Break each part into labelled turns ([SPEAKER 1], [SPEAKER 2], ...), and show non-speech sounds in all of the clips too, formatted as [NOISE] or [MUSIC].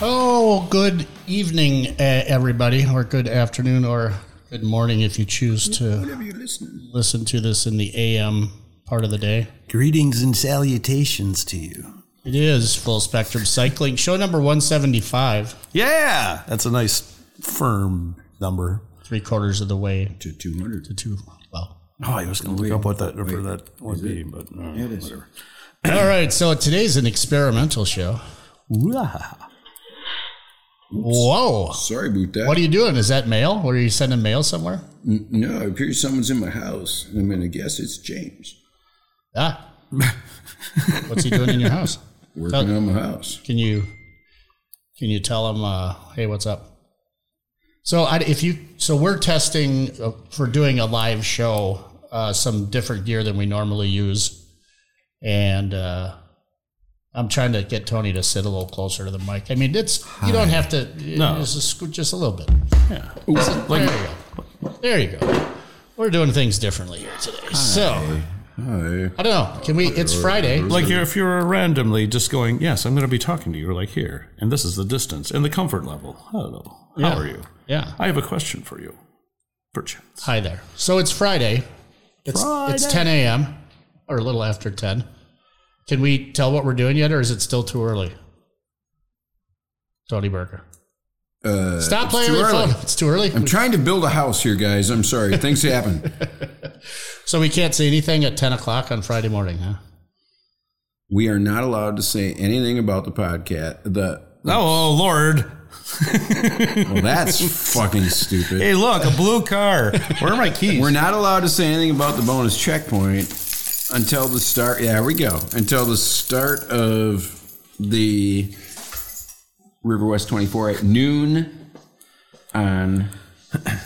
[SPEAKER 1] Oh, good evening, uh, everybody, or good afternoon, or good morning if you choose to
[SPEAKER 2] you listen.
[SPEAKER 1] listen to this in the AM part of the day.
[SPEAKER 2] Greetings and salutations to you.
[SPEAKER 1] It is Full Spectrum Cycling, show number 175,
[SPEAKER 2] Yeah, that's a nice firm number.
[SPEAKER 1] three quarters of the way
[SPEAKER 3] to 200.
[SPEAKER 1] to two. Well,
[SPEAKER 2] Oh, I was going to look up what that number that would be, but uh,
[SPEAKER 3] It is.
[SPEAKER 1] all right, so today's an experimental show.
[SPEAKER 2] Ooh-ah.
[SPEAKER 1] Whoa.
[SPEAKER 3] Sorry about that.
[SPEAKER 1] What are you doing? Is that mail? Were you sending mail somewhere?
[SPEAKER 3] no, it appears someone's in my house. and I'm going to guess it's James
[SPEAKER 1] Ah. What's he doing in your house?
[SPEAKER 3] working on my house.
[SPEAKER 1] Can you can you tell them, uh, hey, what's up? So I, if you so we're testing uh, for doing a live show uh, some different gear than we normally use, and uh, I'm trying to get Tony to sit a little closer to the mic. I mean, it's you don't have to. No, just, scoot just a little bit.
[SPEAKER 2] Yeah.
[SPEAKER 1] there you go. There you go. We're doing things differently here today. So
[SPEAKER 3] Hi.
[SPEAKER 1] I don't know. Can we? It's Friday.
[SPEAKER 2] Like you're, if you were randomly just going, yes, I'm going to be talking to you, like here, and this is the distance and the comfort level. Hello, how
[SPEAKER 1] Yeah.
[SPEAKER 2] are you?
[SPEAKER 1] Yeah.
[SPEAKER 2] I have a question for you, perchance.
[SPEAKER 1] Hi there. So it's Friday. It's it's 10 a.m. or a little after 10. Can we tell what we're doing yet, or is it still too early? Tony Burger.
[SPEAKER 3] Uh,
[SPEAKER 1] Stop
[SPEAKER 3] it's
[SPEAKER 1] playing
[SPEAKER 3] too
[SPEAKER 1] with your
[SPEAKER 3] early.
[SPEAKER 1] phone. It's too early.
[SPEAKER 3] I'm trying to build a house here, guys. I'm
[SPEAKER 1] [LAUGHS]
[SPEAKER 3] sorry. Things happen.
[SPEAKER 1] So we can't say anything at 10 o'clock on Friday morning, huh?
[SPEAKER 3] We are not allowed to say anything about the podcast. The
[SPEAKER 2] Oh, Lord.
[SPEAKER 1] [LAUGHS]
[SPEAKER 3] well, that's fucking stupid.
[SPEAKER 2] Hey, look, a blue car. Where are my keys?
[SPEAKER 3] [LAUGHS] We're not allowed to say anything about the bonus checkpoint until the start. Yeah, we go until the start of the River West 24 at noon on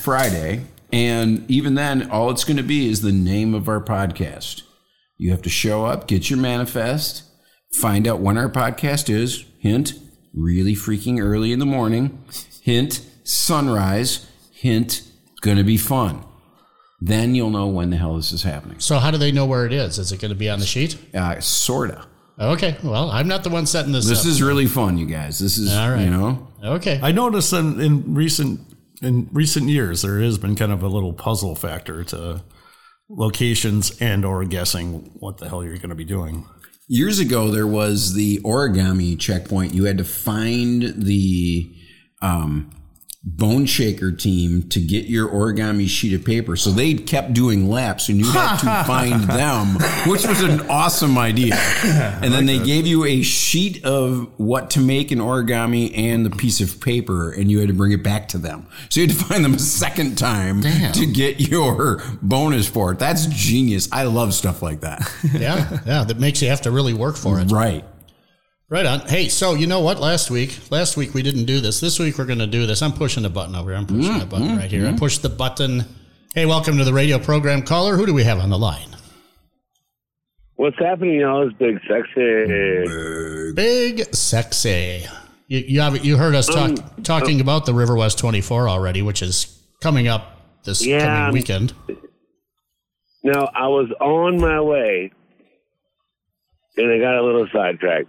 [SPEAKER 3] Friday, and even then, all it's going to be is the name of our podcast. You have to show up, get your manifest, find out when our podcast is. Hint, really freaking early in the morning. Hint, sunrise. Hint, gonna be fun. Then you'll know when the hell this is happening.
[SPEAKER 1] So how do they know where it is? Is it going to be on the sheet?
[SPEAKER 3] Uh, sorta.
[SPEAKER 1] Okay. Well, I'm not the one setting this,
[SPEAKER 3] This
[SPEAKER 1] up.
[SPEAKER 3] is really fun, you guys. This is,
[SPEAKER 1] All right.
[SPEAKER 3] you know,
[SPEAKER 1] okay.
[SPEAKER 2] I noticed in, in recent in recent years there has been kind of a little puzzle factor to locations and or guessing what the hell you're going to be doing.
[SPEAKER 3] years ago there was the origami checkpoint you had to find the um, bone shaker team to get your origami sheet of paper so they kept doing laps and you had to find them which was an awesome idea and then they gave you a sheet of what to make an origami and the piece of paper and you had to bring it back to them so you had to find them a second time to get your bonus for it that's genius i love stuff like that
[SPEAKER 1] yeah. Yeah. That makes you have to really work for it.
[SPEAKER 3] right
[SPEAKER 1] Right on. Hey, so you know what? Last week, last week we didn't do this. This week we're going to do this. I'm pushing the button over here. I'm
[SPEAKER 4] Mm,
[SPEAKER 1] pushing the button right here. I pushed the button. Hey, welcome to the radio program, caller. Who do we have on the line?
[SPEAKER 4] What's happening now is big sexy.
[SPEAKER 1] Big sexy. You you, have, you heard us
[SPEAKER 4] Um,
[SPEAKER 1] talk, talking
[SPEAKER 4] uh,
[SPEAKER 1] about the River West 24 already, which is coming up this
[SPEAKER 4] Yeah, um,
[SPEAKER 1] coming
[SPEAKER 4] I'm-
[SPEAKER 1] weekend.
[SPEAKER 4] Now I was on my way, and I got a little sidetracked. It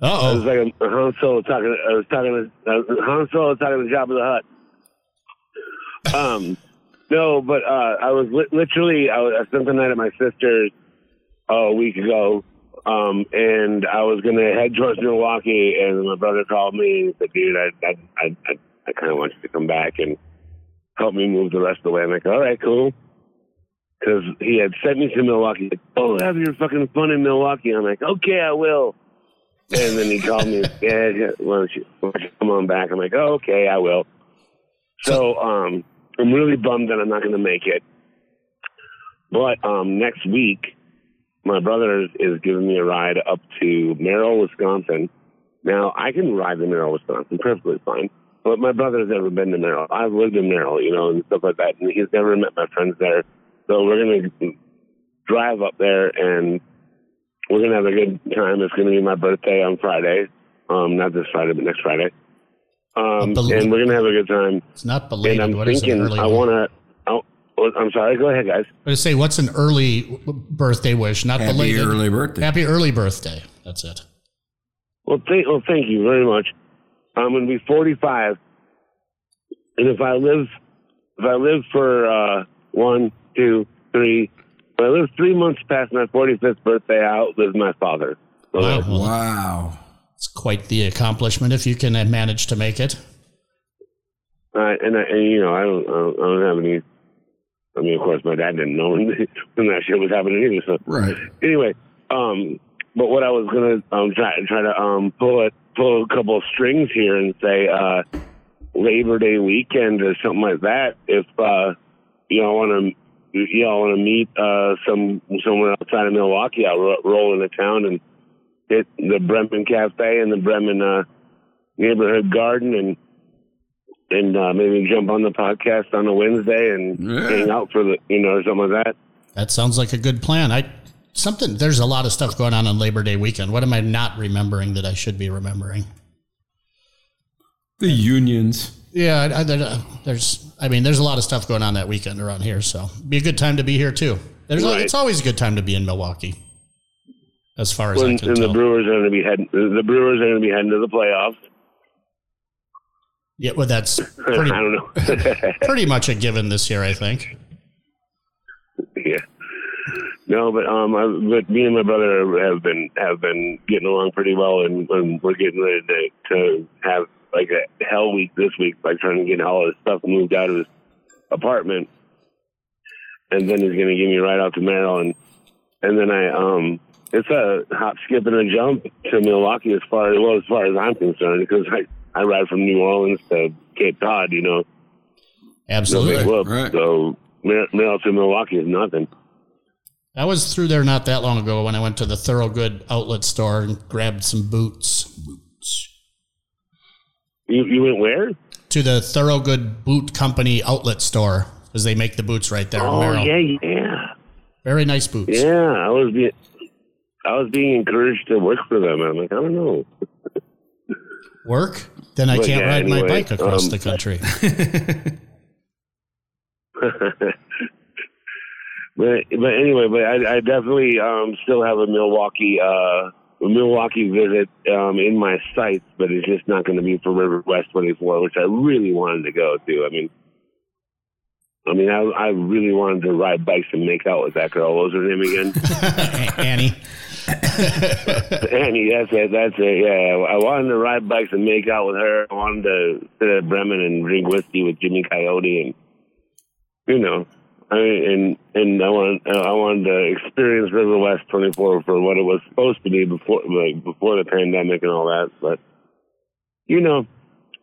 [SPEAKER 4] was
[SPEAKER 1] Uh oh.
[SPEAKER 4] like a Han Solo talking. I was talking to uh, Han Solo talking to Jabba the Hutt. Um, no, but uh, I was li- literally I, was, I spent the night at my sister's uh, a week ago, um, and I was gonna head towards Milwaukee, and my brother called me and said, "Dude, I I I, I, I kind of want you to come back and help me move the rest of the way." I'm like, "All right, cool." Because he had sent me to Milwaukee. Like, oh, have your fucking fun in Milwaukee. I'm like, okay, I will. And then he called me, yeah, yeah, why don't, you, why don't you come on back? I'm like, oh, okay, I will. So um, I'm really bummed that I'm not going to make it. But um, next week, my brother is, is giving me a ride up to Merrill, Wisconsin. Now, I can ride to Merrill, Wisconsin perfectly fine. But my brother's never been to Merrill. I've lived in Merrill, you know, and stuff like that. And he's never met my friends there. So we're going to drive up there and we're gonna have a good time. It's gonna be my birthday on Friday. Um, not this Friday, but next Friday. Um,
[SPEAKER 1] Bel-
[SPEAKER 4] and we're gonna have a good time.
[SPEAKER 1] It's not
[SPEAKER 4] And
[SPEAKER 1] belated.
[SPEAKER 4] I'm
[SPEAKER 1] What is it?
[SPEAKER 4] thinking
[SPEAKER 1] Early.
[SPEAKER 4] I wanna. I, I'm sorry. Go ahead, guys.
[SPEAKER 1] I say, what's an early w- birthday wish? Not
[SPEAKER 3] Happy
[SPEAKER 1] belated.
[SPEAKER 3] early birthday.
[SPEAKER 1] Happy early birthday. That's it.
[SPEAKER 4] Well, thank well, thank you very much. I'm gonna be 45, and if I live, if I live for uh, one, two, three, if I live three months past my 45th birthday, I outlive my father. So
[SPEAKER 1] Wow. Well,
[SPEAKER 3] Wow.
[SPEAKER 1] It's quite the accomplishment if you can uh, manage to make it.
[SPEAKER 4] Uh, and, I, and you know, I don't, I don't, I don't have any. I mean, of course, my dad didn't know when, [LAUGHS] when that shit was happening either. So
[SPEAKER 3] Right.
[SPEAKER 4] anyway, um, but what I was gonna um try try to um pull it pull a couple of strings here and say uh Labor Day weekend or something like that. If uh y'all want to y'all want to meet uh some somewhere outside of Milwaukee, I'll ro- roll into town and hit the Bremen Cafe and the Bremen uh, neighborhood garden and. And uh, maybe jump on the podcast on a Wednesday and
[SPEAKER 3] Yeah.
[SPEAKER 4] hang out for the, you know, something like that.
[SPEAKER 1] That sounds like a good plan. I something there's a lot of stuff going on on Labor Day weekend. What am I not remembering that I should be remembering?
[SPEAKER 3] The [LAUGHS] unions.
[SPEAKER 1] Yeah, I, I, there- uh, there's I mean there's a lot of stuff going on that weekend around here, so be a good time to be here too. There's
[SPEAKER 4] Right.
[SPEAKER 1] it's always a good time to be in Milwaukee. As far as
[SPEAKER 4] When,
[SPEAKER 1] I can
[SPEAKER 4] and the
[SPEAKER 1] tell.
[SPEAKER 4] Brewers are going to be heading. The Brewers are going to be heading to the playoffs.
[SPEAKER 1] yeah, well that's pretty
[SPEAKER 4] [LAUGHS] I don't know.
[SPEAKER 1] pretty much a given this year, I think.
[SPEAKER 4] yeah. No, but um, I, but me and my brother have been have been getting along pretty well, and, and we're getting ready to, to have like a hell week this week by trying to get all his stuff moved out of his apartment, and then he's going to give me right out to Maryland, and then I um, it's a hop, skip, and a jump to Milwaukee as far well as far as I'm concerned because I I ride from New Orleans to Cape Cod, you know, no
[SPEAKER 1] Absolutely.
[SPEAKER 4] big whoop.
[SPEAKER 3] right.
[SPEAKER 4] So Mar- Maryland to Milwaukee is nothing.
[SPEAKER 1] I was through there not that long ago when I went to the Thoroughgood outlet store and grabbed some boots.
[SPEAKER 4] You you went where?
[SPEAKER 1] To the Thoroughgood Boot Company outlet store because they make the boots right there in
[SPEAKER 4] Oh
[SPEAKER 1] Merrill.
[SPEAKER 4] yeah, yeah,
[SPEAKER 1] Very nice boots.
[SPEAKER 4] yeah. I was being I was being encouraged to work for them. I'm like, I don't know.
[SPEAKER 1] Work, then I
[SPEAKER 4] But
[SPEAKER 1] can't
[SPEAKER 4] yeah,
[SPEAKER 1] ride my
[SPEAKER 4] anyway,
[SPEAKER 1] bike across
[SPEAKER 4] um,
[SPEAKER 1] the
[SPEAKER 4] [LAUGHS]
[SPEAKER 1] country.
[SPEAKER 4] But but anyway, but I, I definitely um, still have a Milwaukee uh, a Milwaukee visit um, in my sights, but it's just not going to be for River West 24, which I really wanted to go to. I mean. I mean, I, I really wanted to ride bikes and make out with that girl. What was her name again?
[SPEAKER 1] Annie,
[SPEAKER 4] Annie, that's it. [LAUGHS] That's it. Yeah, I wanted to ride bikes and make out with her. I wanted to sit at Bremen and drink whiskey with Jimmy Coyote, and you know, I mean, and and I wanted I wanted to experience River West 24 for what it was supposed to be before like, before the pandemic and all that. But you know,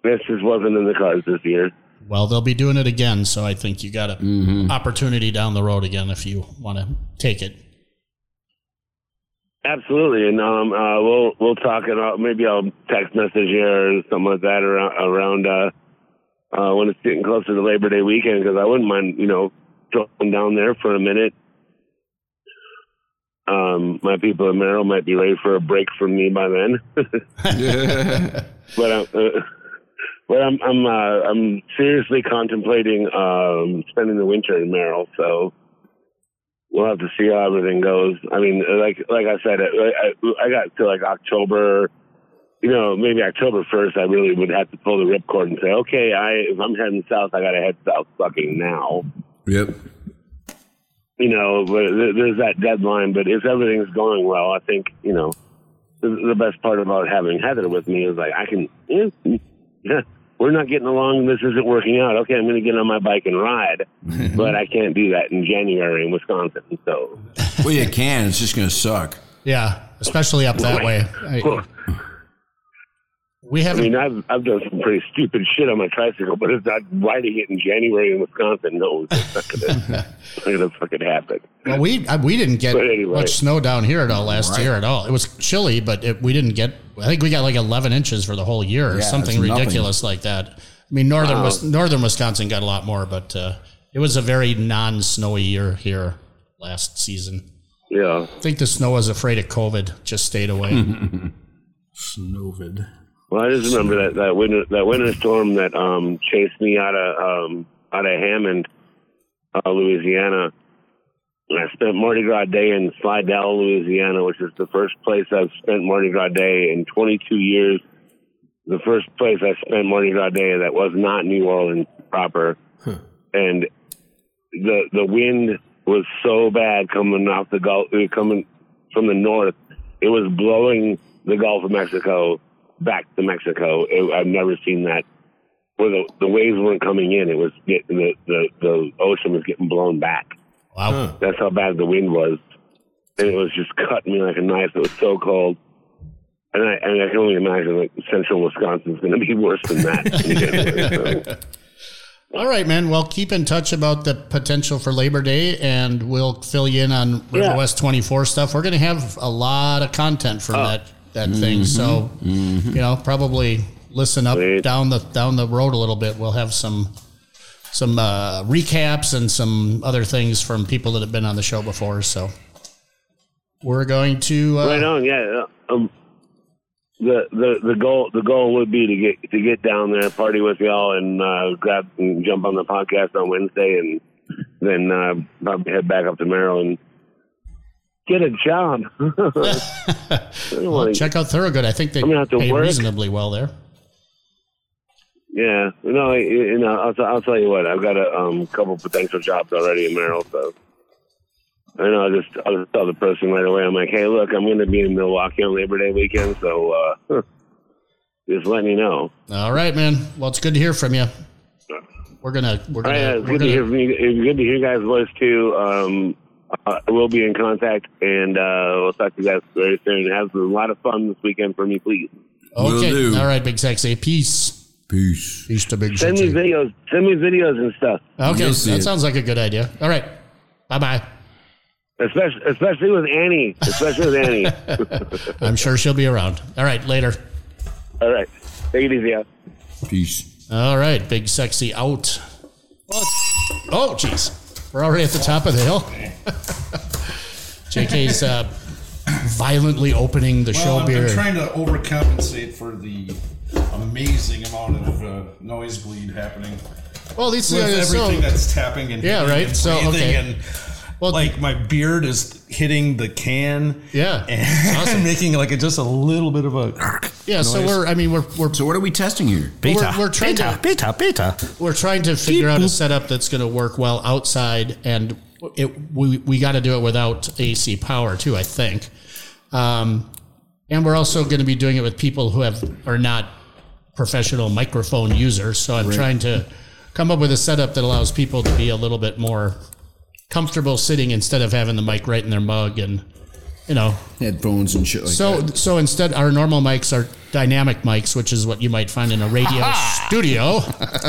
[SPEAKER 4] this just wasn't in the cards this year.
[SPEAKER 1] well, they'll be doing it again, so I think you got an opportunity down the road again if you want to take it.
[SPEAKER 4] Absolutely, and um, uh, we'll we'll talk and I'll, maybe I'll text message you or something like that around around uh, uh, when it's getting closer to Labor Day weekend because I wouldn't mind you know dropping down there for a minute. Um, my people in Merrill might be ready for a break from me by then, [LAUGHS]
[SPEAKER 3] Yeah.
[SPEAKER 4] but I'm, uh, [LAUGHS] but I'm I'm uh, I'm seriously contemplating um, spending the winter in Merrill, so we'll have to see how everything goes. I mean, like like I said, I, I, I got to like October, you know, maybe October first. I really would have to pull the ripcord and say, okay, I if I'm heading south, I got to head south fucking now.
[SPEAKER 3] yep.
[SPEAKER 4] You know, but th- there's that deadline. But if everything's going well, I think you know, the, the best part about having Heather with me is like I can. eh, yeah, we're not getting along. This isn't working out. Okay, I'm going to get on my bike and ride, but I can't do that in January in Wisconsin. So
[SPEAKER 3] Well, you can. It's just going to suck.
[SPEAKER 1] Yeah, especially up that way. I, we
[SPEAKER 4] I
[SPEAKER 1] haven't.
[SPEAKER 4] mean, I've I've done some pretty stupid shit on my tricycle, but if not riding it in January in Wisconsin, no, [LAUGHS] it's not gonna, it's not gonna fucking happen.
[SPEAKER 1] Well, we uh, we didn't get
[SPEAKER 4] But anyway.
[SPEAKER 1] much snow down here at all last
[SPEAKER 3] Right.
[SPEAKER 1] year at all. It was chilly, but it, we didn't get. I think we got like 11 inches for the whole year, or
[SPEAKER 3] Yeah,
[SPEAKER 1] something
[SPEAKER 3] that's nothing.
[SPEAKER 1] ridiculous like that. I mean, northern Wis- northern Wisconsin got a lot more, but uh, it was a very non-snowy year here last season.
[SPEAKER 4] Yeah,
[SPEAKER 1] I think the snow was afraid of COVID, just stayed
[SPEAKER 3] Mm-hmm.
[SPEAKER 1] away.
[SPEAKER 2] Snowvid.
[SPEAKER 4] well, I just remember that that winter that winter storm that um chased me out of um out of Hammond, uh, Louisiana. And I spent Mardi Gras Day in Slidell, Louisiana, which is the first place I've spent Mardi Gras Day in 22 years. the first place I spent Mardi Gras Day that was not New Orleans proper, and the the wind was so bad coming off the Gulf, uh, coming from the north, it was blowing the Gulf of Mexico back to Mexico. It, I've never seen that where the, the waves weren't coming in; it was get, the, the the ocean was getting blown back.
[SPEAKER 1] Wow.
[SPEAKER 4] That's how bad the wind was. And it was just cutting me like a knife. It was so cold. And I, and I can only imagine like central Wisconsin's going to be worse than [LAUGHS] that. So,
[SPEAKER 1] All right, man. Well, keep in touch about the potential for Labor Day, and we'll fill you in on River
[SPEAKER 4] Yeah.
[SPEAKER 1] West 24 stuff. We're going to have a lot of content from
[SPEAKER 4] Oh.
[SPEAKER 1] that that thing. So, you know, probably listen up
[SPEAKER 4] Sweet.
[SPEAKER 1] down the down the road a little bit. We'll have some some uh, recaps and some other things from people that have been on the show before. So, we're going to uh,
[SPEAKER 4] right on, yeah. Um, the, the the goal the goal would be to get to get down there, party with y'all, and uh, grab and jump on the podcast on Wednesday, and then uh, probably head back up to Maryland, get a job. [LAUGHS] I don't wanna-
[SPEAKER 1] check out Thoroughgood. I think they
[SPEAKER 4] I'm gonna have to
[SPEAKER 1] pay
[SPEAKER 4] work.
[SPEAKER 1] reasonably well there.
[SPEAKER 4] Yeah, no, I- you know, I'll, t- I'll tell you what, I've got a um, couple potential jobs already in Merrill, so I know I just I just tell the person right away. I'm like, hey, look, I'm going to be in Milwaukee on Labor Day weekend, so uh, [LAUGHS] just let me know.
[SPEAKER 1] All right, man. Well, it's good to hear from you. We're gonna we're
[SPEAKER 4] All
[SPEAKER 1] gonna we're
[SPEAKER 4] right, Uh, it's good to
[SPEAKER 1] gonna-
[SPEAKER 4] hear from you. It's good to hear you guys' voice too. Um, uh, we'll be in contact, and uh, we'll talk to you guys very soon. Have a lot of fun this weekend for me, please.
[SPEAKER 3] Will
[SPEAKER 1] Okay.
[SPEAKER 3] do.
[SPEAKER 1] All right, Big Sexy. Peace.
[SPEAKER 3] Peace.
[SPEAKER 1] Peace to Big
[SPEAKER 4] Send me
[SPEAKER 1] Sexy.
[SPEAKER 4] videos. Send me videos and stuff.
[SPEAKER 1] Okay,
[SPEAKER 3] You'll see
[SPEAKER 1] that
[SPEAKER 3] it.
[SPEAKER 1] sounds like a good idea. All right. Bye bye.
[SPEAKER 4] Especially, especially with Annie. Especially with Annie. [LAUGHS]
[SPEAKER 1] I'm sure she'll be around. All right, later.
[SPEAKER 4] All right. Take it easy out.
[SPEAKER 3] Peace.
[SPEAKER 1] All right, Big Sexy out. Well, it's- oh, jeez. We're already at the top of the hill. [LAUGHS] JK's uh, violently opening the
[SPEAKER 5] Well,
[SPEAKER 1] show
[SPEAKER 5] I'm,
[SPEAKER 1] beer.
[SPEAKER 5] I'm trying to overcompensate for the amazing amount of uh, noise bleed happening
[SPEAKER 1] well, these
[SPEAKER 5] with
[SPEAKER 1] guys, so-
[SPEAKER 5] everything that's tapping and
[SPEAKER 1] Yeah,
[SPEAKER 5] hitting
[SPEAKER 1] right.
[SPEAKER 5] and
[SPEAKER 1] So,
[SPEAKER 5] breathing
[SPEAKER 1] okay.
[SPEAKER 5] and
[SPEAKER 1] Well-
[SPEAKER 5] like my beard is hitting the can
[SPEAKER 1] Yeah,
[SPEAKER 5] [LAUGHS] and
[SPEAKER 1] it's awesome.
[SPEAKER 5] making like a, just a little bit of a
[SPEAKER 1] yeah. So we're. I mean, we're we're
[SPEAKER 3] So what are we testing here?
[SPEAKER 1] We're- we're trying
[SPEAKER 5] beta,
[SPEAKER 1] to-
[SPEAKER 5] beta beta
[SPEAKER 1] we're trying to figure out a setup that's going to work well outside, and it we we got to do it without AC power too. I think, um, and we're also going to be doing it with people who have are not professional microphone users. So I'm trying to come up with a setup that allows people to be a little bit more comfortable sitting instead of having the mic right in their mug and you know
[SPEAKER 3] Headphones and shit like that.
[SPEAKER 1] so, so instead, our normal mics are dynamic mics, which is what you might find in a radio
[SPEAKER 2] [LAUGHS]
[SPEAKER 1] studio, [LAUGHS]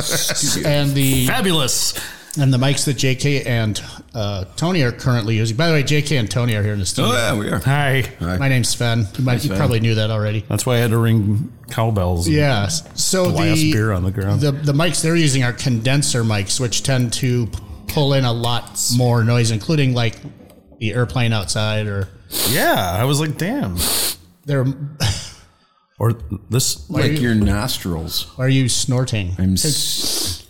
[SPEAKER 1] and the
[SPEAKER 2] Fabulous.
[SPEAKER 1] and the mics that J.K. and uh, Tony are currently using. By the way, J.K. and Tony are here in the
[SPEAKER 3] Oh
[SPEAKER 1] studio.
[SPEAKER 3] yeah, we are.
[SPEAKER 2] Hi.
[SPEAKER 1] My name's Sven. You, might, you probably knew that already.
[SPEAKER 2] That's why I had to ring cowbells. and
[SPEAKER 1] Yeah. So
[SPEAKER 2] Blast
[SPEAKER 1] the
[SPEAKER 2] beer on the ground.
[SPEAKER 1] The, the mics they're using are condenser mics, which tend to p- pull in a lot more noise, including like the airplane outside or
[SPEAKER 2] yeah. I was like, damn.
[SPEAKER 1] they're. [LAUGHS]
[SPEAKER 2] Or this.
[SPEAKER 3] Like your nostrils.
[SPEAKER 1] Are you snorting?
[SPEAKER 3] I'm s-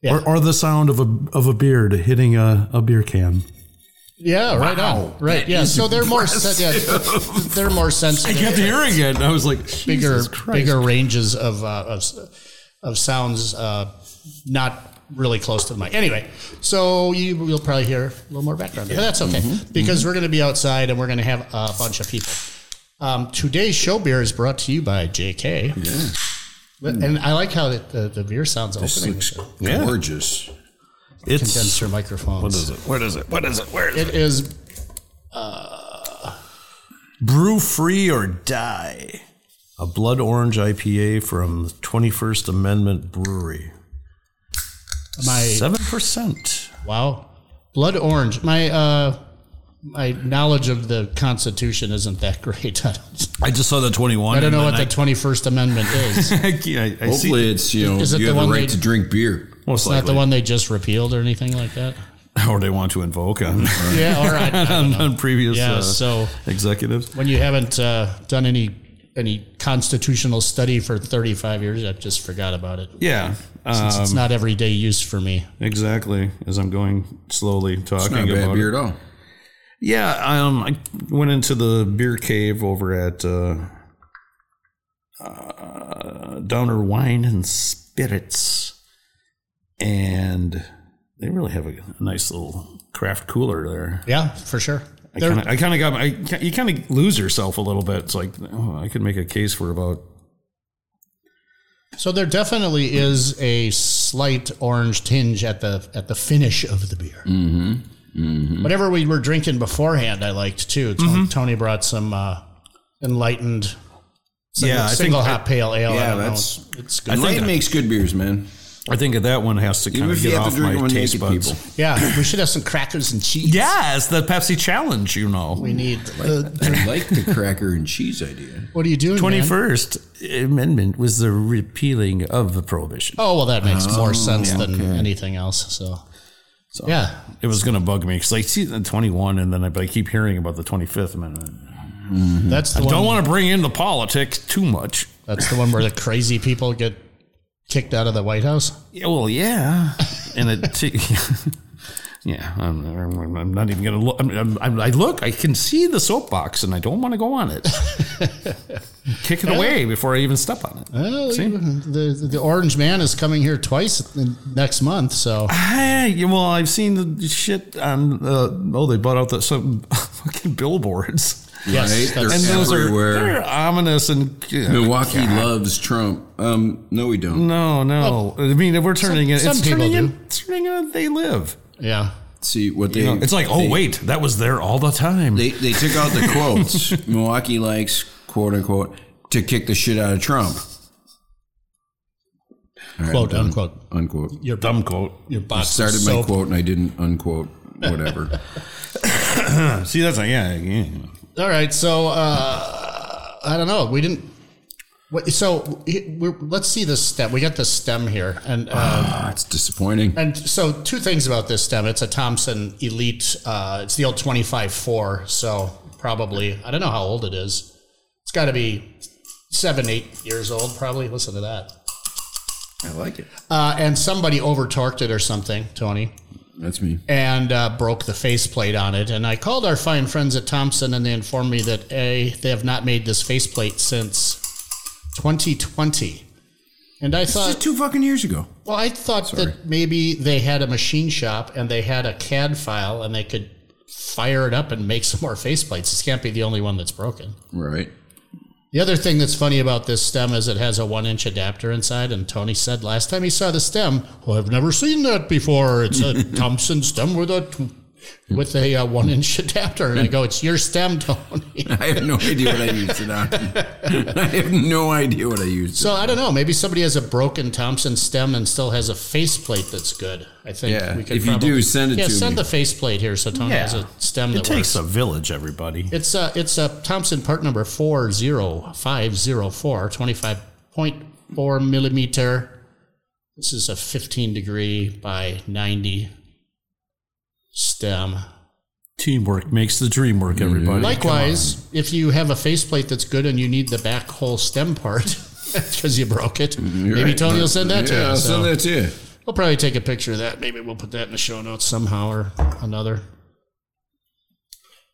[SPEAKER 1] Yeah.
[SPEAKER 2] Or, or the sound of a of a beard hitting a, a beer can.
[SPEAKER 1] Yeah, right on. Right, yeah. So they're more sen- yeah, they're more sensitive.
[SPEAKER 2] hearing it. And I was like,
[SPEAKER 1] bigger
[SPEAKER 2] Jesus Christ.
[SPEAKER 1] bigger ranges of uh, of, of sounds uh, not really close to the mic. Anyway, so you you'll probably hear a little more background. Yeah, that's okay
[SPEAKER 2] Mm-hmm.
[SPEAKER 1] because we're going to be outside and we're going to have a bunch of people. Um, today's show beer is brought to you by JK. And I like how the, the, the beer sounds
[SPEAKER 3] This
[SPEAKER 1] opening
[SPEAKER 3] looks
[SPEAKER 2] Yeah.
[SPEAKER 3] gorgeous.
[SPEAKER 2] It's.
[SPEAKER 1] condenser microphones.
[SPEAKER 2] What is it? What is it? What is it? Where is
[SPEAKER 1] It is
[SPEAKER 2] Brew free or die. A blood orange IPA from 21st Amendment Brewery.
[SPEAKER 1] my
[SPEAKER 2] 7%.
[SPEAKER 1] Wow. Blood orange. My uh my knowledge of the Constitution isn't that [LAUGHS] great. I don't,
[SPEAKER 2] I just saw the 21.
[SPEAKER 1] I don't know
[SPEAKER 2] and
[SPEAKER 1] what the
[SPEAKER 2] then
[SPEAKER 1] Twenty First Amendment is. It's
[SPEAKER 2] I, I, I see.
[SPEAKER 3] Hopefully it's you know
[SPEAKER 1] Is it
[SPEAKER 3] you
[SPEAKER 1] the
[SPEAKER 3] have the
[SPEAKER 1] one
[SPEAKER 3] right
[SPEAKER 1] they-
[SPEAKER 3] to drink beer.
[SPEAKER 2] Most
[SPEAKER 1] not
[SPEAKER 2] likely.
[SPEAKER 1] the one they just repealed or anything like that.
[SPEAKER 2] Or they want to
[SPEAKER 1] [LAUGHS]
[SPEAKER 2] invoke on,
[SPEAKER 1] Yeah. All
[SPEAKER 2] [LAUGHS]
[SPEAKER 1] right.
[SPEAKER 2] on, on previous
[SPEAKER 1] Yeah.
[SPEAKER 2] uh,
[SPEAKER 1] so
[SPEAKER 2] executives.
[SPEAKER 1] when you haven't uh, done any any constitutional study for thirty five years, I just forgot about it.
[SPEAKER 2] Yeah.
[SPEAKER 1] It's,
[SPEAKER 2] Um,
[SPEAKER 1] it's not everyday use for me.
[SPEAKER 2] exactly. As I'm going slowly talking
[SPEAKER 3] Not a
[SPEAKER 2] about
[SPEAKER 3] bad
[SPEAKER 2] it.
[SPEAKER 3] beer at all.
[SPEAKER 2] Yeah, um, I went into the beer cave over at uh, uh, Downer Wine and Spirits, and they really have a nice little craft cooler there.
[SPEAKER 1] Yeah, for sure.
[SPEAKER 2] I
[SPEAKER 1] They're-
[SPEAKER 2] kind of, I kind of got, I, ki- you kind of lose yourself a little bit. It's like oh, I could make a case for about
[SPEAKER 1] so there definitely is a slight orange tinge at the at the finish of the beer. Mm-hmm. Whatever we were drinking beforehand, I liked too. Tony,
[SPEAKER 2] Mm-hmm.
[SPEAKER 1] Tony brought some uh, enlightened. Single,
[SPEAKER 2] Yeah, I think
[SPEAKER 1] single
[SPEAKER 2] I-
[SPEAKER 1] hot pale ale.
[SPEAKER 3] Yeah,
[SPEAKER 1] I don't know.
[SPEAKER 3] that's-
[SPEAKER 1] it's good.
[SPEAKER 3] Light makes good beers, man.
[SPEAKER 2] I think that one has to kind
[SPEAKER 3] Even
[SPEAKER 2] of
[SPEAKER 3] if you
[SPEAKER 2] get
[SPEAKER 3] have
[SPEAKER 2] off
[SPEAKER 3] to drink
[SPEAKER 2] my
[SPEAKER 3] one
[SPEAKER 2] taste
[SPEAKER 3] naked
[SPEAKER 2] buds.
[SPEAKER 3] people.
[SPEAKER 1] yeah, we should have some crackers and cheese.
[SPEAKER 2] Yes, the Pepsi challenge, you know.
[SPEAKER 1] we need. the-
[SPEAKER 3] I [LAUGHS] like the cracker and cheese idea.
[SPEAKER 1] what are you doing? man?
[SPEAKER 2] 21st Amendment was the repealing of the prohibition.
[SPEAKER 1] Oh well, that makes more sense than anything else. So,
[SPEAKER 2] So
[SPEAKER 1] yeah,
[SPEAKER 2] It was going to bug me because I see the 21 and then I, but I keep hearing about the 25th Amendment.
[SPEAKER 1] that's the one.
[SPEAKER 2] Don't want to bring in the politics too much.
[SPEAKER 1] that's the one where the crazy people get kicked out of the White House.
[SPEAKER 2] Yeah, well, yeah. [LAUGHS] And it, t- [LAUGHS] yeah, I'm, I'm- I'm not even going to look. I'm, I'm- I'm- I look, I can see the soapbox and I don't want to go on it. [LAUGHS] Kick it away before I even step on it.
[SPEAKER 1] Well,
[SPEAKER 2] See?
[SPEAKER 1] Mm-hmm. the the orange man is coming here twice in- next month.
[SPEAKER 3] [LAUGHS]
[SPEAKER 1] So
[SPEAKER 2] Hey, you- Ah, well, I've seen the shit on. Uh, oh, they bought out the, some [LAUGHS] fucking billboards,
[SPEAKER 1] yes,
[SPEAKER 3] Right?
[SPEAKER 1] that's-
[SPEAKER 2] and
[SPEAKER 3] They're
[SPEAKER 2] [LAUGHS] those
[SPEAKER 3] everywhere.
[SPEAKER 2] are they're ominous and
[SPEAKER 3] Milwaukee loves Trump. Um, no, we don't.
[SPEAKER 2] No, no. I mean, we're turning it.
[SPEAKER 1] some
[SPEAKER 2] It's
[SPEAKER 1] people
[SPEAKER 2] turning
[SPEAKER 1] do.
[SPEAKER 2] in. It's turning in. They live.
[SPEAKER 1] yeah.
[SPEAKER 3] See what they.
[SPEAKER 2] It's like, oh wait, that was there all the time.
[SPEAKER 3] They they took out the quotes. [LAUGHS] Milwaukee likes quote unquote to kick the shit out of Trump. All right,
[SPEAKER 1] Quote,
[SPEAKER 3] I'm done.
[SPEAKER 1] unquote.
[SPEAKER 3] Unquote.
[SPEAKER 1] Your
[SPEAKER 2] Dumb quote.
[SPEAKER 1] your
[SPEAKER 3] I
[SPEAKER 1] box
[SPEAKER 3] um, started my
[SPEAKER 1] soap.
[SPEAKER 3] quote and I didn't unquote
[SPEAKER 1] [LAUGHS]
[SPEAKER 3] whatever.
[SPEAKER 2] See, that's like, yeah, yeah.
[SPEAKER 1] All right, so uh, I don't know. We didn't. What, so we're, let's see this stem. We got this stem here, and uh,
[SPEAKER 3] Ah, it's disappointing.
[SPEAKER 1] and so two things about this stem. It's a Thompson Elite. Uh, it's the old twenty five four. So probably I don't know how old it is. It's got to be seven eight years old probably. Listen to that.
[SPEAKER 3] I like it.
[SPEAKER 1] Uh, and somebody over torqued it or something, Tony,
[SPEAKER 3] That's me.
[SPEAKER 1] and uh, broke the faceplate on it. And I called our fine friends at Thompson, and they informed me that a they have not made this faceplate since 2020. And I
[SPEAKER 3] This is
[SPEAKER 1] thought,
[SPEAKER 3] two fucking years ago.
[SPEAKER 1] well, I thought that maybe they had a machine shop and they had a CAD file and they could fire it up and make some more faceplates. This can't be the only one that's broken.
[SPEAKER 3] Right.
[SPEAKER 1] The other thing that's funny about this stem is it has a one inch adapter inside. And Tony said last time he saw the stem, well, I've never seen that before. It's
[SPEAKER 3] [LAUGHS]
[SPEAKER 1] a Thompson stem with a with a uh, one inch [LAUGHS] adapter. And I go, it's your stem, Tony. [LAUGHS]
[SPEAKER 3] I have no idea what I used it on. I have no idea what I used.
[SPEAKER 1] so I don't know. Maybe somebody has a broken Thompson stem and still has a faceplate that's good. I think
[SPEAKER 3] Yeah,
[SPEAKER 1] we could
[SPEAKER 3] if you
[SPEAKER 1] probably-
[SPEAKER 3] do, send it
[SPEAKER 1] yeah,
[SPEAKER 3] to
[SPEAKER 1] send
[SPEAKER 3] me.
[SPEAKER 1] the faceplate here so Tony has a stem that
[SPEAKER 2] It takes
[SPEAKER 1] works.
[SPEAKER 2] a village, everybody.
[SPEAKER 1] It's a, it's a Thompson part number 40504, 25.4 millimeter. This is a 15 degree by 90 stem.
[SPEAKER 2] Teamwork makes the dream work, everybody.
[SPEAKER 1] Likewise, if you have a faceplate that's good and you need the back whole stem part [LAUGHS] because you broke it,
[SPEAKER 3] Mm-hmm. You're
[SPEAKER 1] maybe
[SPEAKER 3] right.
[SPEAKER 1] Tony will send that
[SPEAKER 3] yeah,
[SPEAKER 1] to you.
[SPEAKER 3] I'll
[SPEAKER 1] So
[SPEAKER 3] send that to you.
[SPEAKER 1] We'll probably take a picture of that. Maybe we'll put that in the show notes somehow or another.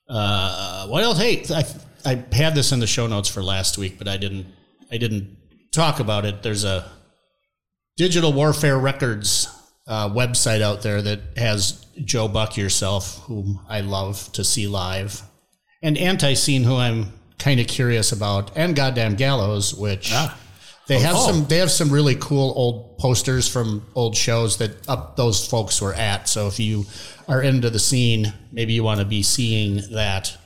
[SPEAKER 1] Uh, wild hate. I I had this in the show notes for last week, but I didn't I didn't talk about it. There's a Digital Warfare Records uh, website out there that has Joe Buck yourself, whom I love to see live, and Anti Scene, who I'm kind of curious about, and Goddamn Gallows, which. They have some. They have some really cool old posters from old shows that up those folks were at. So if you are into the scene, maybe you want to be seeing that.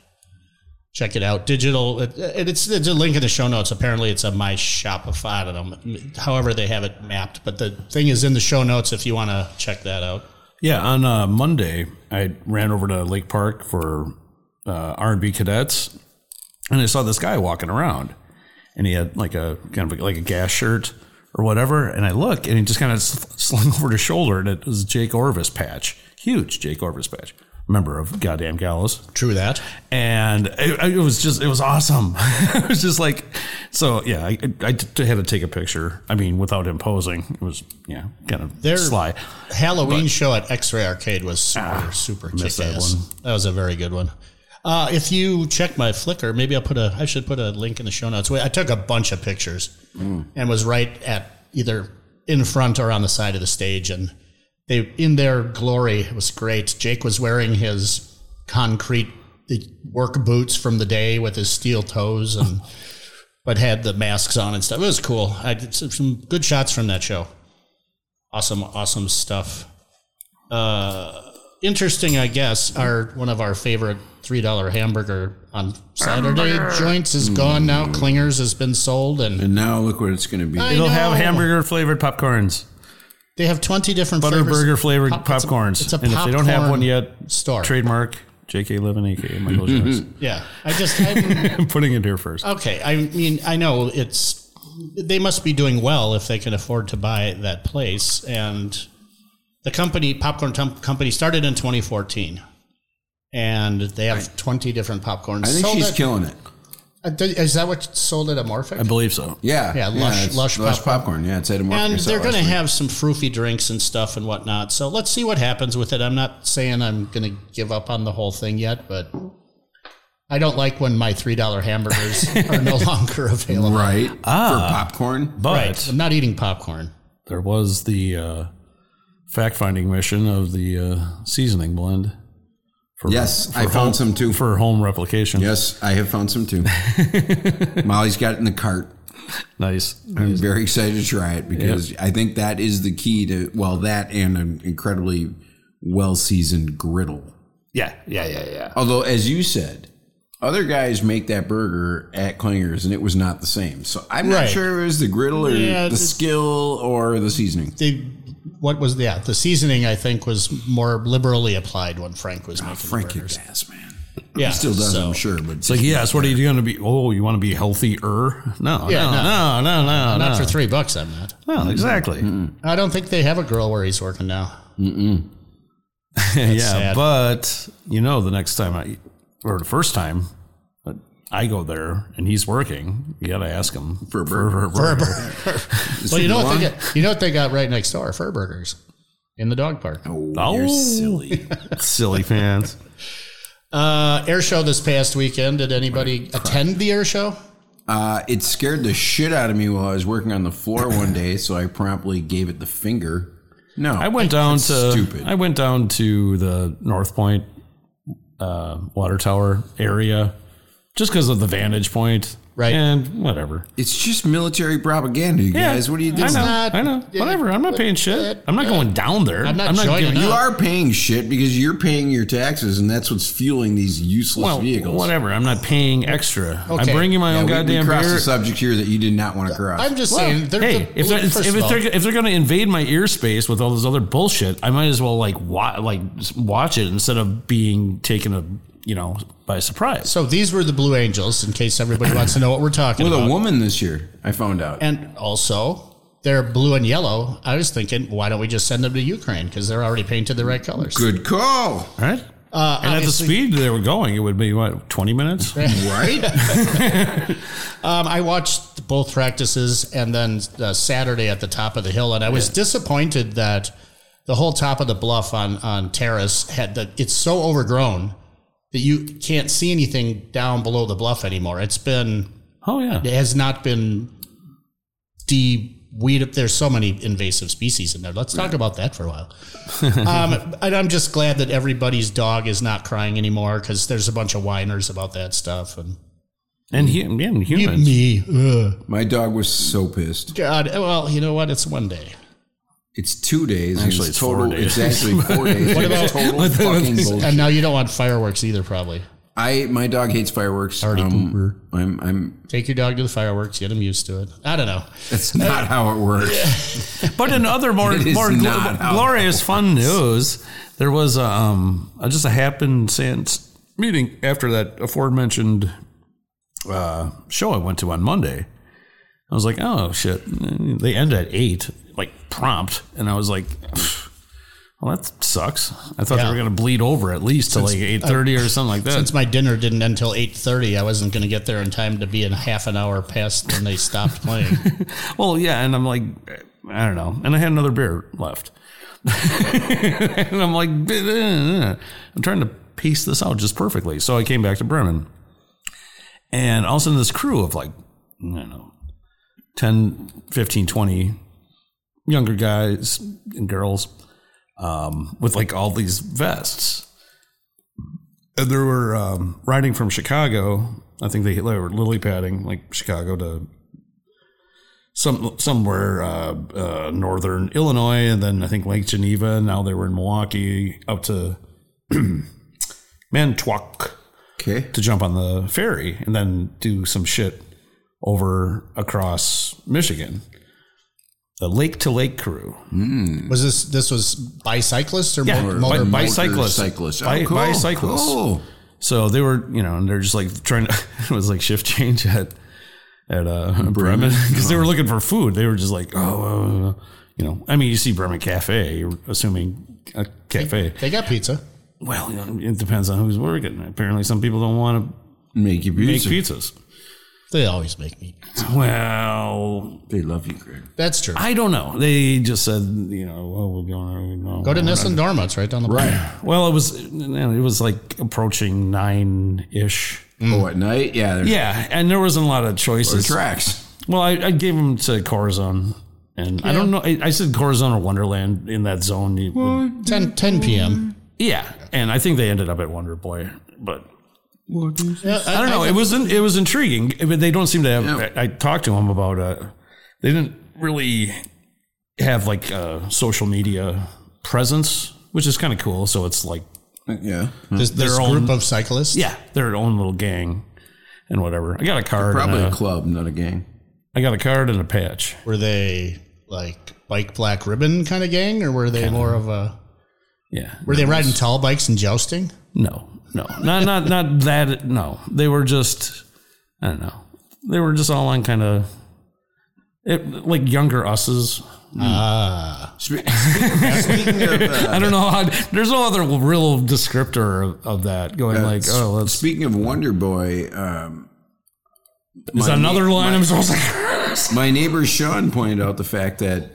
[SPEAKER 1] Check it out. Digital. It, it- it's, it's a link in the show notes. Apparently, it's a my Shopify. I don't know. However, they have it mapped. But the thing is in the show notes if you want to check that out.
[SPEAKER 2] Yeah, on uh, Monday, I ran over to Lake Park for uh, R&B cadets, and I saw this guy walking around, and he had like a kind of like a gas shirt or whatever, and I look, and he just kind of slung [LAUGHS] over his shoulder, and it was Jake Orvis patch, huge Jake Orvis patch, member of Goddamn Gallows
[SPEAKER 1] True that.
[SPEAKER 2] and it, it was just it was awesome. [LAUGHS] it was just like so yeah. I, I t- had to take a picture. I mean, without imposing, it was yeah, kind of
[SPEAKER 1] Their
[SPEAKER 2] sly.
[SPEAKER 1] Halloween show at X Ray Arcade was super, super
[SPEAKER 2] Ah, missed
[SPEAKER 1] kick
[SPEAKER 2] that
[SPEAKER 1] ass.
[SPEAKER 2] one.
[SPEAKER 1] That, was a very good one. Uh, if you check my Flickr, maybe I'll put a. I should put a link in the show notes. Wait, I took a bunch of pictures
[SPEAKER 2] Hmm.
[SPEAKER 1] and was right at either in front or on the side of the stage, and they in their glory it was great. Jake was wearing his concrete the work boots from the day with his steel toes,
[SPEAKER 2] [LAUGHS]
[SPEAKER 1] and but had the masks on and stuff. It was cool. I did some, some good shots from that show. Awesome, awesome stuff Uh, interesting, I guess, our one of our favorite three dollar hamburger on Saturday joints is gone now. Clingers has been sold, and
[SPEAKER 3] And now look what it's going to be.
[SPEAKER 1] I
[SPEAKER 2] It'll
[SPEAKER 1] know.
[SPEAKER 2] have hamburger flavored popcorns,
[SPEAKER 1] They have twenty different
[SPEAKER 2] butterburger
[SPEAKER 1] flavors.
[SPEAKER 2] flavored
[SPEAKER 1] Pop- it's a-
[SPEAKER 2] popcorns.
[SPEAKER 1] it's a
[SPEAKER 2] and if they don't have
[SPEAKER 1] popcorn
[SPEAKER 2] one yet,
[SPEAKER 1] store.
[SPEAKER 2] trademark JK11 aka Michael
[SPEAKER 3] Mm-hmm.
[SPEAKER 2] Jones.
[SPEAKER 1] Yeah, I just I,
[SPEAKER 2] I'm putting it here first.
[SPEAKER 1] okay. I mean, I know it's they must be doing well if they can afford to buy that place and the company popcorn Tum- company started in 2014 and they have 20 different popcorns
[SPEAKER 3] I think
[SPEAKER 1] sold
[SPEAKER 3] she's
[SPEAKER 1] at-
[SPEAKER 3] killing it.
[SPEAKER 1] uh, is that what sold at amorphic
[SPEAKER 2] I believe so.
[SPEAKER 3] Yeah.
[SPEAKER 1] Yeah, lush-
[SPEAKER 3] it's
[SPEAKER 1] lush popcorn.
[SPEAKER 3] popcorn. Yeah, it's at a market.
[SPEAKER 1] and
[SPEAKER 3] I saw it
[SPEAKER 1] they're going to
[SPEAKER 3] last week.
[SPEAKER 1] have some froofy drinks and stuff and whatnot. So let's see what happens with it. I'm not saying I'm going to give up on the whole thing yet, but I don't like when my three dollar hamburgers are no longer available.
[SPEAKER 3] Right.
[SPEAKER 1] Ah,
[SPEAKER 3] for popcorn.
[SPEAKER 2] But
[SPEAKER 1] Right. I'm not eating popcorn.
[SPEAKER 2] there was the uh, fact finding mission of the uh, seasoning blend. For,
[SPEAKER 3] Yes, I found
[SPEAKER 2] home-
[SPEAKER 3] some too.
[SPEAKER 2] For home replication.
[SPEAKER 3] Yes, I have found
[SPEAKER 1] [LAUGHS]
[SPEAKER 3] some too. Molly's got it in the cart.
[SPEAKER 2] Nice.
[SPEAKER 3] I'm very excited to try it because I think that is the key to, well, that and an incredibly well seasoned griddle.
[SPEAKER 2] Yeah, yeah, yeah, yeah.
[SPEAKER 3] Although, as you said, other guys make that burger at Klinger's and it was not the same. So I'm not
[SPEAKER 1] Right.
[SPEAKER 3] sure if it was the griddle or
[SPEAKER 1] Yeah,
[SPEAKER 3] the
[SPEAKER 1] it's-
[SPEAKER 3] skill or the seasoning.
[SPEAKER 1] They, what was that? The seasoning I think was more liberally applied when Frank was making
[SPEAKER 3] Ah, Frank
[SPEAKER 1] burgers.
[SPEAKER 3] kicked ass, man.
[SPEAKER 1] Yeah,
[SPEAKER 3] He still does,
[SPEAKER 1] so-
[SPEAKER 3] I'm sure, but
[SPEAKER 2] It's like, yes, what are you going to be? Oh, you want to be healthier? No,
[SPEAKER 1] Yeah,
[SPEAKER 2] no, no, no,
[SPEAKER 1] Not
[SPEAKER 2] no, no.
[SPEAKER 1] for three bucks. I'm not.
[SPEAKER 2] no exactly.
[SPEAKER 1] I don't think they have a grill where he's working now.
[SPEAKER 2] yeah,
[SPEAKER 1] sad.
[SPEAKER 2] but you know, the next time I, or the first time uh, I go there and he's working, you got to ask him for a burger. For, a burger.
[SPEAKER 1] Well, you know what they
[SPEAKER 3] Belong?
[SPEAKER 1] got, you know what they got right next door? Fur burgers in the dog park.
[SPEAKER 2] Oh,
[SPEAKER 3] you're silly.
[SPEAKER 2] silly fans.
[SPEAKER 1] Uh, air show this past weekend. Did anybody attend the air show?
[SPEAKER 3] [LAUGHS] Uh, it scared the shit out of me while I was working on the floor one day, so I promptly gave it the finger. No,
[SPEAKER 2] I went [LAUGHS] down to
[SPEAKER 3] stupid.
[SPEAKER 2] I went down to the North Point uh, water tower area just because of the vantage point,
[SPEAKER 1] Right.
[SPEAKER 2] And whatever.
[SPEAKER 3] it's just military propaganda, you guys. What are you
[SPEAKER 2] I
[SPEAKER 3] doing?
[SPEAKER 2] know.
[SPEAKER 1] not-
[SPEAKER 2] I know. Whatever. I'm not paying shit. I'm not going down there.
[SPEAKER 1] I'm not joining
[SPEAKER 2] giving-
[SPEAKER 1] up.
[SPEAKER 3] You are paying shit because you're paying your taxes, and that's what's fueling these useless
[SPEAKER 2] Well,
[SPEAKER 3] vehicles.
[SPEAKER 2] whatever. I'm not paying extra.
[SPEAKER 1] Okay.
[SPEAKER 2] I'm bringing my
[SPEAKER 3] Yeah,
[SPEAKER 2] own
[SPEAKER 3] we- we,
[SPEAKER 2] goddamn
[SPEAKER 3] crossed
[SPEAKER 2] beer.
[SPEAKER 3] a subject here that you did not want to cross.
[SPEAKER 1] I'm just saying. They're
[SPEAKER 2] Hey,
[SPEAKER 1] the-
[SPEAKER 2] if they're, if,
[SPEAKER 1] first of
[SPEAKER 2] if
[SPEAKER 1] all,
[SPEAKER 2] they're if they're going to invade my ear space with all this other bullshit, I might as well like wa- like s- watch it instead of being taken a you know by surprise.
[SPEAKER 1] so these were the Blue Angels, in case everybody wants to know what we're talking
[SPEAKER 3] With a
[SPEAKER 1] about.
[SPEAKER 3] woman this year, I found out.
[SPEAKER 1] and also, they're blue and yellow. I was thinking, why don't we just send them to Ukraine because they're already painted the right colors?
[SPEAKER 3] Good call,
[SPEAKER 2] All right.
[SPEAKER 1] Uh,
[SPEAKER 2] and at the
[SPEAKER 1] obviously-
[SPEAKER 2] speed they were going, it would be what twenty minutes. [LAUGHS]
[SPEAKER 3] right?
[SPEAKER 1] [LAUGHS] Um, I watched both practices and then uh, Saturday at the top of the hill, and I was disappointed that the whole top of the bluff on on Terrace had the it's so overgrown that you can't see anything down below the bluff anymore. It's been
[SPEAKER 2] Oh yeah.
[SPEAKER 1] it has not been de weed up. There's so many invasive species in there. Let's talk about that for a while. um, and I'm just glad that everybody's dog is not crying anymore because there's a bunch of whiners about that stuff and
[SPEAKER 2] And he, yeah, and humans.
[SPEAKER 1] me. Ugh.
[SPEAKER 3] My dog was so pissed.
[SPEAKER 1] God, well, you know what? It's one day.
[SPEAKER 3] It's two days. and
[SPEAKER 2] Actually,
[SPEAKER 3] it's
[SPEAKER 2] it's four
[SPEAKER 3] total.
[SPEAKER 2] days.
[SPEAKER 3] It's actually
[SPEAKER 2] [LAUGHS]
[SPEAKER 3] four days. what
[SPEAKER 1] about-
[SPEAKER 3] total
[SPEAKER 2] what about-
[SPEAKER 3] fucking bullshit?
[SPEAKER 1] And now you don't want fireworks either, probably.
[SPEAKER 3] I my dog hates fireworks. Um,
[SPEAKER 1] Already pooper.
[SPEAKER 3] I'm I'm.
[SPEAKER 1] Take your dog to the fireworks, get him used to it. I don't know.
[SPEAKER 3] That's not how it
[SPEAKER 2] [LAUGHS]
[SPEAKER 3] works.
[SPEAKER 2] But in other more
[SPEAKER 3] It is
[SPEAKER 2] more gl-
[SPEAKER 3] not how
[SPEAKER 2] glorious fun news, there was um a- just a happenstance meeting after that aforementioned uh, show I went to on Monday. I was like, oh shit, they end at eight, like prompt, and I was like. "Pfft, Well, that sucks. I thought
[SPEAKER 1] Yeah.
[SPEAKER 2] they were going to bleed over at least to like eight thirty or something like that.
[SPEAKER 1] Since my dinner didn't end until 8.30, I wasn't going to get there in time to be in half an hour past when they stopped playing.
[SPEAKER 2] [LAUGHS] Well, yeah, and I'm like, I don't know, and I had [LAUGHS] another beer left, and I'm like, "Eh, eh, eh." I'm trying to pieced this out just perfectly. So I came back to Bremen, and all of a sudden, this crew of like, I don't know, 10, 15, 20 younger guys and girls um, with like all these vests. And they were um, riding from Chicago. I think they, they were lily padding like Chicago to some somewhere uh, uh, northern Illinois, and then I think Lake Geneva. Now they were in Milwaukee up to [CLEARS THROAT] Mantua
[SPEAKER 3] Okay.
[SPEAKER 2] to jump on the ferry and then do some shit over across Michigan. The lake to lake crew.
[SPEAKER 1] Was this this was bicyclists or
[SPEAKER 2] Yeah,
[SPEAKER 1] mo-
[SPEAKER 2] bi-
[SPEAKER 1] motor bike?
[SPEAKER 2] bicyclists.
[SPEAKER 3] Cyclists.
[SPEAKER 2] Bi-
[SPEAKER 3] Oh, cool.
[SPEAKER 2] bicyclists.
[SPEAKER 3] Cool.
[SPEAKER 2] So they were, you know, and they're just like trying to, [LAUGHS] it was like shift change at, at uh,
[SPEAKER 1] [LAUGHS]
[SPEAKER 2] Bremen because they were looking for food. They were just like, oh, uh, you know, I mean, you see Bremen Cafe, you're assuming a cafe.
[SPEAKER 1] They got pizza.
[SPEAKER 2] Well, you know, it depends on who's working. Apparently, some people don't want
[SPEAKER 3] Make you
[SPEAKER 2] to make
[SPEAKER 3] beautiful.
[SPEAKER 2] pizzas.
[SPEAKER 1] They always make me.
[SPEAKER 2] Well,
[SPEAKER 3] They love you, Greg.
[SPEAKER 1] That's true.
[SPEAKER 2] I don't know. They just said, you know, well, we're going. No,
[SPEAKER 1] Go to
[SPEAKER 2] we're not-
[SPEAKER 1] Nissan Dorma. It's right down the right.
[SPEAKER 2] Well, it was you know, it was like approaching nine ish.
[SPEAKER 3] Oh, at night? Yeah. There's
[SPEAKER 2] Yeah, and there wasn't a lot of
[SPEAKER 3] yeah.
[SPEAKER 2] choices.
[SPEAKER 3] tracks.
[SPEAKER 2] Well, I, I gave them to Corazon, and I don't know. I, I said Corazon or Wonderland in that zone. You would-
[SPEAKER 1] 10, 10 p.m.
[SPEAKER 2] yeah, and I think they ended up at Wonder Boy, but
[SPEAKER 1] Yeah,
[SPEAKER 2] I don't know. it was in, it was intriguing, but they don't seem to have. I, I talked to them about. Uh, they didn't really have like a social media presence, which is kind of cool. So it's like
[SPEAKER 3] Yeah.
[SPEAKER 1] this, this
[SPEAKER 2] their own-
[SPEAKER 1] group of cyclists.
[SPEAKER 2] yeah, their own little gang and whatever. I got a card.
[SPEAKER 3] Probably
[SPEAKER 2] and a,
[SPEAKER 3] a club, not a gang.
[SPEAKER 2] I got a card and a patch.
[SPEAKER 1] Were they like bike black ribbon kind of gang, or were they more of a?
[SPEAKER 2] Yeah.
[SPEAKER 1] Were they riding tall bikes and jousting?
[SPEAKER 2] No, no, not not not that. No, they were just. I don't know. They were just all on kind of. It, like younger us's.
[SPEAKER 3] Spe- [LAUGHS] Speaking of, uh,
[SPEAKER 2] I don't know. How, there's no other real descriptor of, of that going like, oh, let's.
[SPEAKER 3] speaking of Wonder Boy, um,
[SPEAKER 2] Is that another line I'm supposed to? [LAUGHS]
[SPEAKER 3] my neighbor Sean pointed out the fact that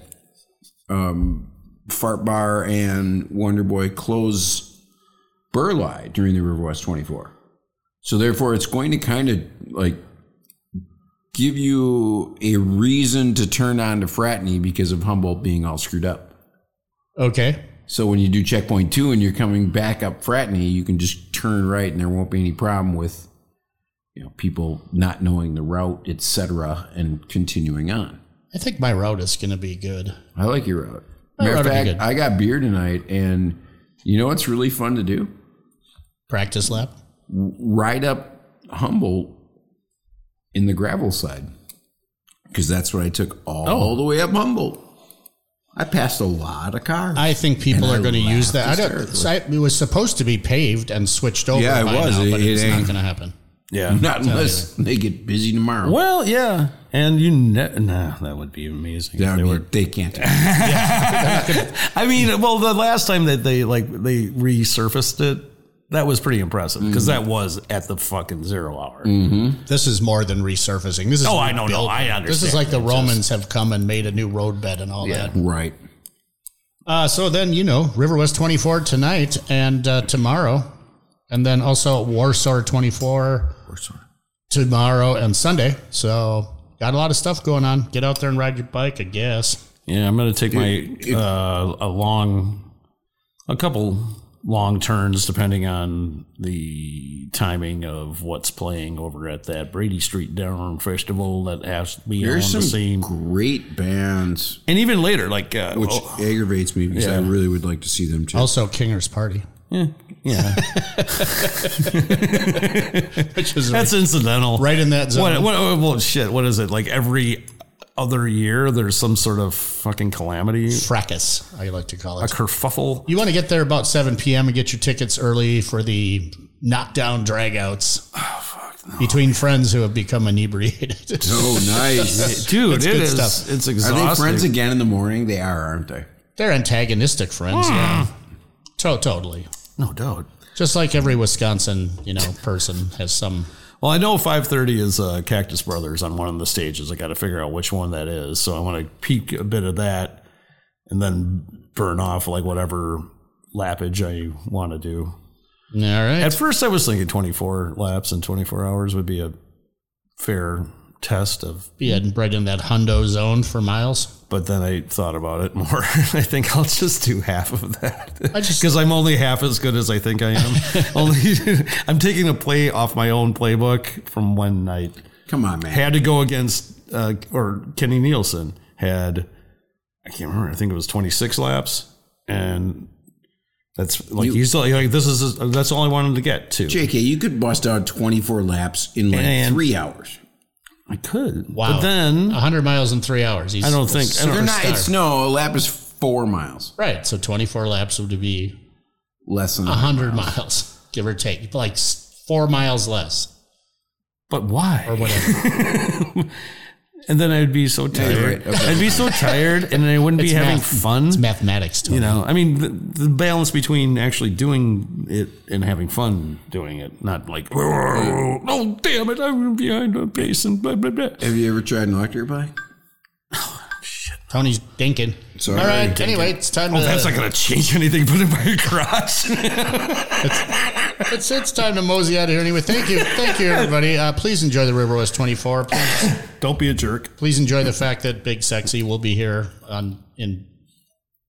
[SPEAKER 3] um, Fart Bar and Wonder Boy close Burleigh during the River West 24. So therefore, it's going to kind of like give you a reason to turn on to Fratney because of Humboldt being all screwed up.
[SPEAKER 1] Okay.
[SPEAKER 3] So when you do checkpoint two and you're coming back up Fratney, you can just turn right and there won't be any problem with you know people not knowing the route, etc., and continuing on.
[SPEAKER 1] I think my route is going to be good.
[SPEAKER 3] I like your route.
[SPEAKER 1] My
[SPEAKER 3] Matter of
[SPEAKER 1] route'd be
[SPEAKER 3] fact,
[SPEAKER 1] good.
[SPEAKER 3] I got beer tonight, and you know what's really fun to do?
[SPEAKER 1] Practice lap.
[SPEAKER 3] Ride up Humboldt in the gravel side because that's what I took all
[SPEAKER 2] Oh.
[SPEAKER 3] the way up Humboldt. I passed a lot of cars.
[SPEAKER 1] I think people
[SPEAKER 3] And I
[SPEAKER 1] are going to use
[SPEAKER 3] laughed
[SPEAKER 1] that. I don't.
[SPEAKER 3] hysterically.
[SPEAKER 1] so I- it was supposed to be paved and switched over.
[SPEAKER 3] Yeah, it
[SPEAKER 1] by
[SPEAKER 3] was.
[SPEAKER 1] now, but
[SPEAKER 3] It-
[SPEAKER 1] it's
[SPEAKER 3] it
[SPEAKER 1] not
[SPEAKER 3] ain't.
[SPEAKER 1] going to happen.
[SPEAKER 2] Yeah.
[SPEAKER 3] [LAUGHS] not unless they get busy tomorrow.
[SPEAKER 2] Well, yeah. And you, ne- nah, that would be amazing. if
[SPEAKER 3] That
[SPEAKER 2] they
[SPEAKER 3] would
[SPEAKER 2] were-
[SPEAKER 3] mean they can't.
[SPEAKER 2] [LAUGHS] I mean, well, the last time that they like they resurfaced it, that was pretty impressive
[SPEAKER 1] Mm.
[SPEAKER 2] because that was at the fucking zero hour.
[SPEAKER 1] This is more than resurfacing. This is
[SPEAKER 2] Oh, I know, no, I
[SPEAKER 1] rebuilding. This is
[SPEAKER 2] understand.
[SPEAKER 1] like the Romans have come and made a new roadbed and all that.
[SPEAKER 3] right.
[SPEAKER 1] Uh, so then, you know, River West 24 tonight and uh, tomorrow. And then also Warsaw 24 tomorrow and Sunday. So got a lot of stuff going on. Get out there and ride your bike, I guess.
[SPEAKER 2] Yeah, I'm gonna take my uh, a long, a couple long turns depending on the timing of what's playing over at that Brady Street Down Festival that has to be
[SPEAKER 3] There's
[SPEAKER 2] on
[SPEAKER 3] some
[SPEAKER 2] the same,
[SPEAKER 3] great bands,
[SPEAKER 2] and even later, like uh,
[SPEAKER 3] which
[SPEAKER 2] oh,
[SPEAKER 3] aggravates me because I
[SPEAKER 2] Yeah.
[SPEAKER 3] really would like to see them too.
[SPEAKER 1] Also, Kinger's Party,
[SPEAKER 2] yeah,
[SPEAKER 1] which is
[SPEAKER 2] [LAUGHS] that's incidental,
[SPEAKER 1] right in that zone.
[SPEAKER 2] What, what, oh, well, shit, what is it? Like every other year, there's some sort of fucking calamity,
[SPEAKER 1] Fracas, I like to call
[SPEAKER 2] a
[SPEAKER 1] it.
[SPEAKER 2] kerfuffle.
[SPEAKER 1] You want to get there about 7 p.m. and get your tickets early for the knockdown dragouts between friends who have become inebriated.
[SPEAKER 2] [LAUGHS]
[SPEAKER 3] oh,
[SPEAKER 1] [LAUGHS]
[SPEAKER 3] nice.
[SPEAKER 2] Dude, it's
[SPEAKER 1] good stuff.
[SPEAKER 2] It's
[SPEAKER 3] Are
[SPEAKER 2] exhausting.
[SPEAKER 3] they friends again in the morning? They are, aren't they?
[SPEAKER 1] They're antagonistic friends, yeah.
[SPEAKER 2] Hmm.
[SPEAKER 1] To- totally.
[SPEAKER 2] No doubt.
[SPEAKER 1] Just like every Wisconsin, you know, person has some.
[SPEAKER 2] Well, I know 5:30 is uh, Cactus Brothers on one of the stages. I got to figure out which one that is. So I want to peek a bit of that, and then burn off like whatever lappage I want to do.
[SPEAKER 1] All right.
[SPEAKER 2] At first, I was thinking 24 laps and 24 hours would be a fair test of,
[SPEAKER 1] Be in- right in that hundo zone for miles.
[SPEAKER 2] but then I thought about it more. [LAUGHS] I think I'll just do half of that
[SPEAKER 1] I
[SPEAKER 2] [LAUGHS]
[SPEAKER 1] just-
[SPEAKER 2] because I'm only half as good as I think
[SPEAKER 1] [LAUGHS]
[SPEAKER 2] I am. only [LAUGHS] I'm taking a play off my own playbook from one night.
[SPEAKER 3] Come on, man.
[SPEAKER 2] Had to go against uh, or Kenny Nielsen had I can't remember. I think it was 26 laps and. That's like
[SPEAKER 3] You-
[SPEAKER 2] he's like this is that's all I wanted to get to.
[SPEAKER 3] JK, you could bust out 24 laps in like
[SPEAKER 2] And-
[SPEAKER 3] three hours.
[SPEAKER 2] I could.
[SPEAKER 1] Wow.
[SPEAKER 2] But then
[SPEAKER 1] 100 miles in three hours. He's
[SPEAKER 2] I don't think I
[SPEAKER 3] They're
[SPEAKER 2] don't,
[SPEAKER 3] not, it's no, a lap is four miles.
[SPEAKER 1] Right. So 24 laps would be
[SPEAKER 3] Less than
[SPEAKER 1] 100 miles, [LAUGHS] give or take, like s- four miles less
[SPEAKER 2] But why?
[SPEAKER 1] or
[SPEAKER 2] [LAUGHS]
[SPEAKER 1] whatever.
[SPEAKER 2] and then I'd be so tired.
[SPEAKER 3] you're right. Okay.
[SPEAKER 2] I'd be
[SPEAKER 3] [LAUGHS]
[SPEAKER 2] so tired, and I wouldn't be
[SPEAKER 1] It's
[SPEAKER 2] having
[SPEAKER 1] math.
[SPEAKER 2] fun.
[SPEAKER 1] it's mathematics to
[SPEAKER 2] You
[SPEAKER 1] it.
[SPEAKER 2] know, I mean, the, the balance between actually doing it and having fun doing it, not like oh damn it, I'm behind the pace and blah blah blah.
[SPEAKER 3] Have you ever tried an electric bike?
[SPEAKER 1] Tony's dinking.
[SPEAKER 3] Sorry,
[SPEAKER 1] All right.
[SPEAKER 3] dinking.
[SPEAKER 1] Anyway, it's time
[SPEAKER 2] Oh,
[SPEAKER 1] to
[SPEAKER 2] that's not going to change anything. [LAUGHS] Put it by your crotch.
[SPEAKER 1] it's, it's time to mosey out of here anyway. Thank you, thank
[SPEAKER 2] [LAUGHS]
[SPEAKER 1] you, everybody. Uh, please enjoy the River West 24. Please,
[SPEAKER 2] Don't be a jerk.
[SPEAKER 1] please enjoy the fact that Big Sexy will be here on in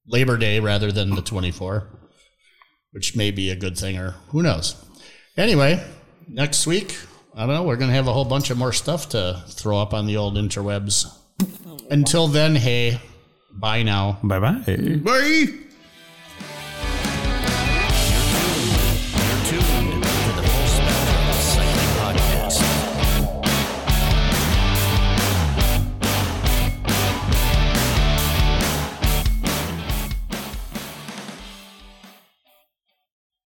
[SPEAKER 1] Labor Day rather than the 24, which may be a good thing or who knows. Anyway, next week, I don't know. We're gonna have a whole bunch of more stuff to throw up on the old interwebs. Until then, hey, bye now.
[SPEAKER 2] Bye bye.
[SPEAKER 3] Bye.